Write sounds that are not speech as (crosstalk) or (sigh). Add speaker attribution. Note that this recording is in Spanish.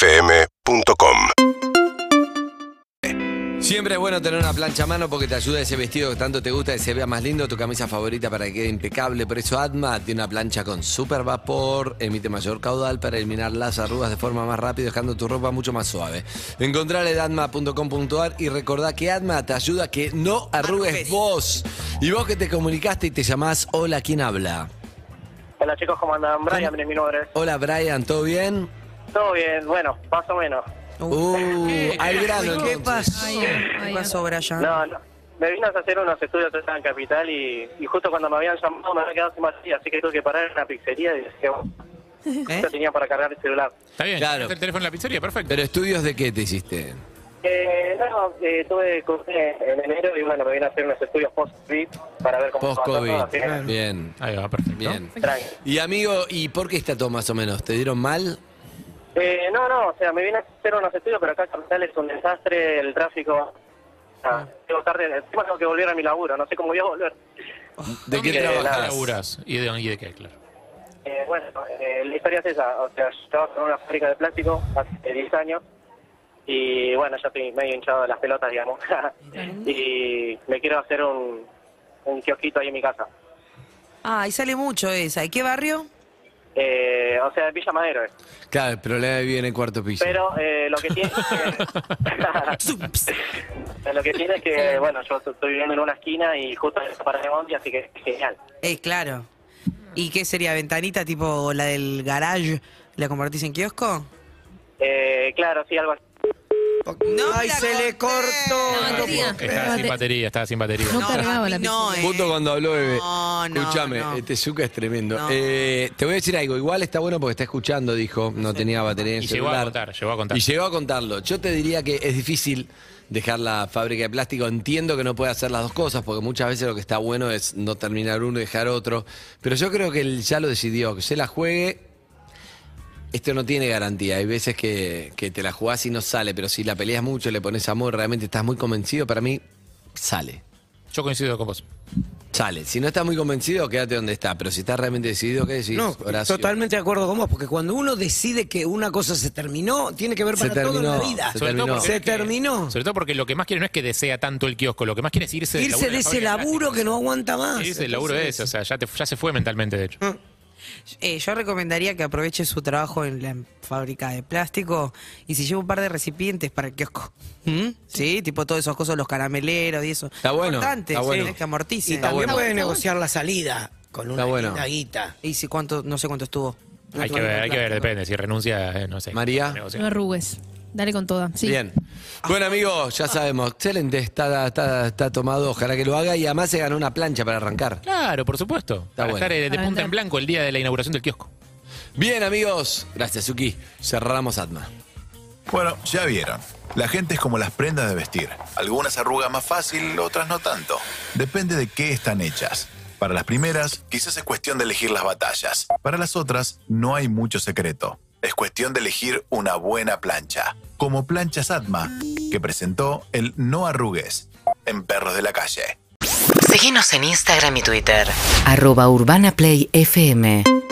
Speaker 1: UrbanaPlayFM.com
Speaker 2: Siempre es bueno tener una plancha a mano porque te ayuda ese vestido que tanto te gusta que se vea más lindo, tu camisa favorita para que quede impecable. Por eso Atma tiene una plancha con super vapor, emite mayor caudal para eliminar las arrugas de forma más rápida, dejando tu ropa mucho más suave. Encontrar en atma.com.ar y recordá que Atma te ayuda a que no arrugues
Speaker 3: Arrugues.
Speaker 2: vos. Y vos que te comunicaste y te llamás, hola, ¿quién habla?
Speaker 4: Hola chicos, ¿cómo andan? Brian, de mi nombre.
Speaker 2: Hola Brian, ¿todo bien?
Speaker 4: Todo bien, bueno, más o menos.
Speaker 2: Uh, al grano.
Speaker 3: ¿Qué
Speaker 2: entonces.
Speaker 3: pasó? ¿Qué
Speaker 5: ay,
Speaker 3: pasó, Brian?
Speaker 4: No, no. Me vine a hacer unos estudios acá en Capital y, y justo cuando me habían llamado me había quedado sin batería, así que tuve que parar en una pizzería y decía,
Speaker 3: ¿Eh?
Speaker 4: no tenía para cargar el celular.
Speaker 6: Está bien,
Speaker 2: Claro.
Speaker 6: claro. el teléfono en la pizzería, perfecto.
Speaker 2: Pero estudios de qué te hiciste?
Speaker 4: Eh, no, eh, tuve cursé en enero y bueno, me vine a hacer unos estudios post-COVID para ver cómo estaba todo,
Speaker 2: Post-COVID.
Speaker 4: así que,
Speaker 2: Bien.
Speaker 6: Ahí va, perfecto.
Speaker 2: Bien.
Speaker 4: tranqui.
Speaker 2: Y amigo, ¿y por qué está todo más o menos? ¿Te dieron mal?
Speaker 4: Eh, no, no, o sea, me vine a hacer unos estudios, pero acá en Capital es un desastre, el tráfico... Ah, llego tarde, encima tengo que volver a mi laburo, no sé cómo voy a volver.
Speaker 2: ¿De qué
Speaker 4: Eh,
Speaker 2: trabajas?
Speaker 4: nada.
Speaker 6: laburas? ¿Y de, y de qué, claro?
Speaker 4: Eh, bueno, eh, la historia es esa. O sea, yo trabajo en una fábrica de plástico hace 10 años y bueno, ya estoy medio hinchado de las pelotas, digamos. (laughs) y me quiero hacer un, un kiosquito ahí en mi casa.
Speaker 3: Ah, y sale mucho esa. ¿Y qué barrio?
Speaker 4: Eh, o sea, Villa Madero. es.
Speaker 2: Claro, el problema vive en el cuarto piso.
Speaker 4: Pero eh, lo que tiene es que... lo que tiene es que, bueno, yo estoy viviendo en una esquina y justo en para de Bondi, así que genial.
Speaker 3: Eh, claro. ¿Y qué sería? ¿Ventanita tipo la del garage? ¿La convertís en kiosco?
Speaker 4: Eh, claro, sí, algo así.
Speaker 3: No
Speaker 7: Ay,
Speaker 3: me la
Speaker 7: se
Speaker 3: conté.
Speaker 7: le cortó.
Speaker 5: No,
Speaker 7: No
Speaker 5: tía.
Speaker 6: Estaba sin batería, estaba sin batería.
Speaker 5: No, cargaba la
Speaker 3: no, eh.
Speaker 2: Justo cuando habló bebé.
Speaker 3: No, no,
Speaker 2: Escúchame,
Speaker 3: no.
Speaker 2: este Zuka es tremendo.
Speaker 3: No.
Speaker 2: Eh, te voy a decir algo, igual está bueno porque está escuchando, dijo, no tenía batería en
Speaker 6: Y llegó
Speaker 2: celular.
Speaker 6: a contar, llegó a contar.
Speaker 2: Y llegó a contarlo. Yo te diría que es difícil dejar la fábrica de plástico. Entiendo que no puede hacer las dos cosas, porque muchas veces lo que está bueno es no terminar uno y dejar otro. Pero yo creo que él ya lo decidió, que se la juegue. Esto no tiene garantía. Hay veces que, que te la jugás y no sale, pero si la peleas mucho, le pones amor, realmente estás muy convencido, para mí, sale.
Speaker 6: Yo coincido con vos.
Speaker 2: Sale. Si no estás muy convencido, quédate donde está. Pero si estás realmente decidido, ¿qué decís?
Speaker 7: No,
Speaker 2: Horacio?
Speaker 7: totalmente de acuerdo con vos, porque cuando uno decide que una cosa se terminó, tiene que ver
Speaker 2: Se
Speaker 7: para todo en la
Speaker 2: terminó,
Speaker 7: vida.
Speaker 2: se
Speaker 6: Sobre todo
Speaker 2: terminó.
Speaker 6: porque-
Speaker 7: Se terminó.
Speaker 6: Sobre todo porque lo que más quiere no es que desea tanto el kiosco, lo que más quiere es irse, del
Speaker 7: Irse de ese laburo que no aguanta
Speaker 6: la
Speaker 7: más.
Speaker 6: fábrica de plástico. Irse del laburo de ese, o sea, ya, te- ya se fue mentalmente, de hecho.
Speaker 3: Eh, yo recomendaría que aproveche su trabajo en la fábrica de plástico y si lleva un par de recipientes para el kiosco. ¿Mm? Sí, tipo todos esos cosas, los carameleros y eso.
Speaker 2: Está bueno,
Speaker 3: Importante,
Speaker 2: está
Speaker 3: sí,
Speaker 2: bueno.
Speaker 3: tenés que amortice.
Speaker 7: Y también
Speaker 2: bueno.
Speaker 7: puede negociar la salida con una
Speaker 2: bueno.
Speaker 7: linda guita.
Speaker 3: Y si cuánto, no sé cuánto estuvo.
Speaker 6: Hay que ver, hay que ver, depende. Si renuncia, eh, no sé.
Speaker 2: María.
Speaker 6: negocia.
Speaker 5: No arrugues. Dale con toda. Sí.
Speaker 2: Bien. Bueno, amigo, ya sabemos. Excelente, está, está, está tomado. Ojalá que lo haga. Y además se ganó una plancha para arrancar.
Speaker 6: Claro, por supuesto. para
Speaker 2: bueno.
Speaker 6: estar eh, de
Speaker 5: Para
Speaker 6: punta
Speaker 5: entrar.
Speaker 6: en blanco el día de la inauguración del kiosco.
Speaker 2: Bien, amigos. Gracias, Suki. Cerramos Atma.
Speaker 8: Bueno, ya vieron. La gente es como las prendas de vestir. Algunas arrugan más fácil, otras no tanto. Depende de qué están hechas. Para las primeras, quizás es cuestión de elegir las batallas. Para las otras, no hay mucho secreto. Es cuestión de elegir una buena plancha. Como Planchas Atma, que presentó el No Arrugues en Perros de la Calle.
Speaker 9: Seguinos en Instagram y Twitter.
Speaker 10: arroba urbanaplayfm.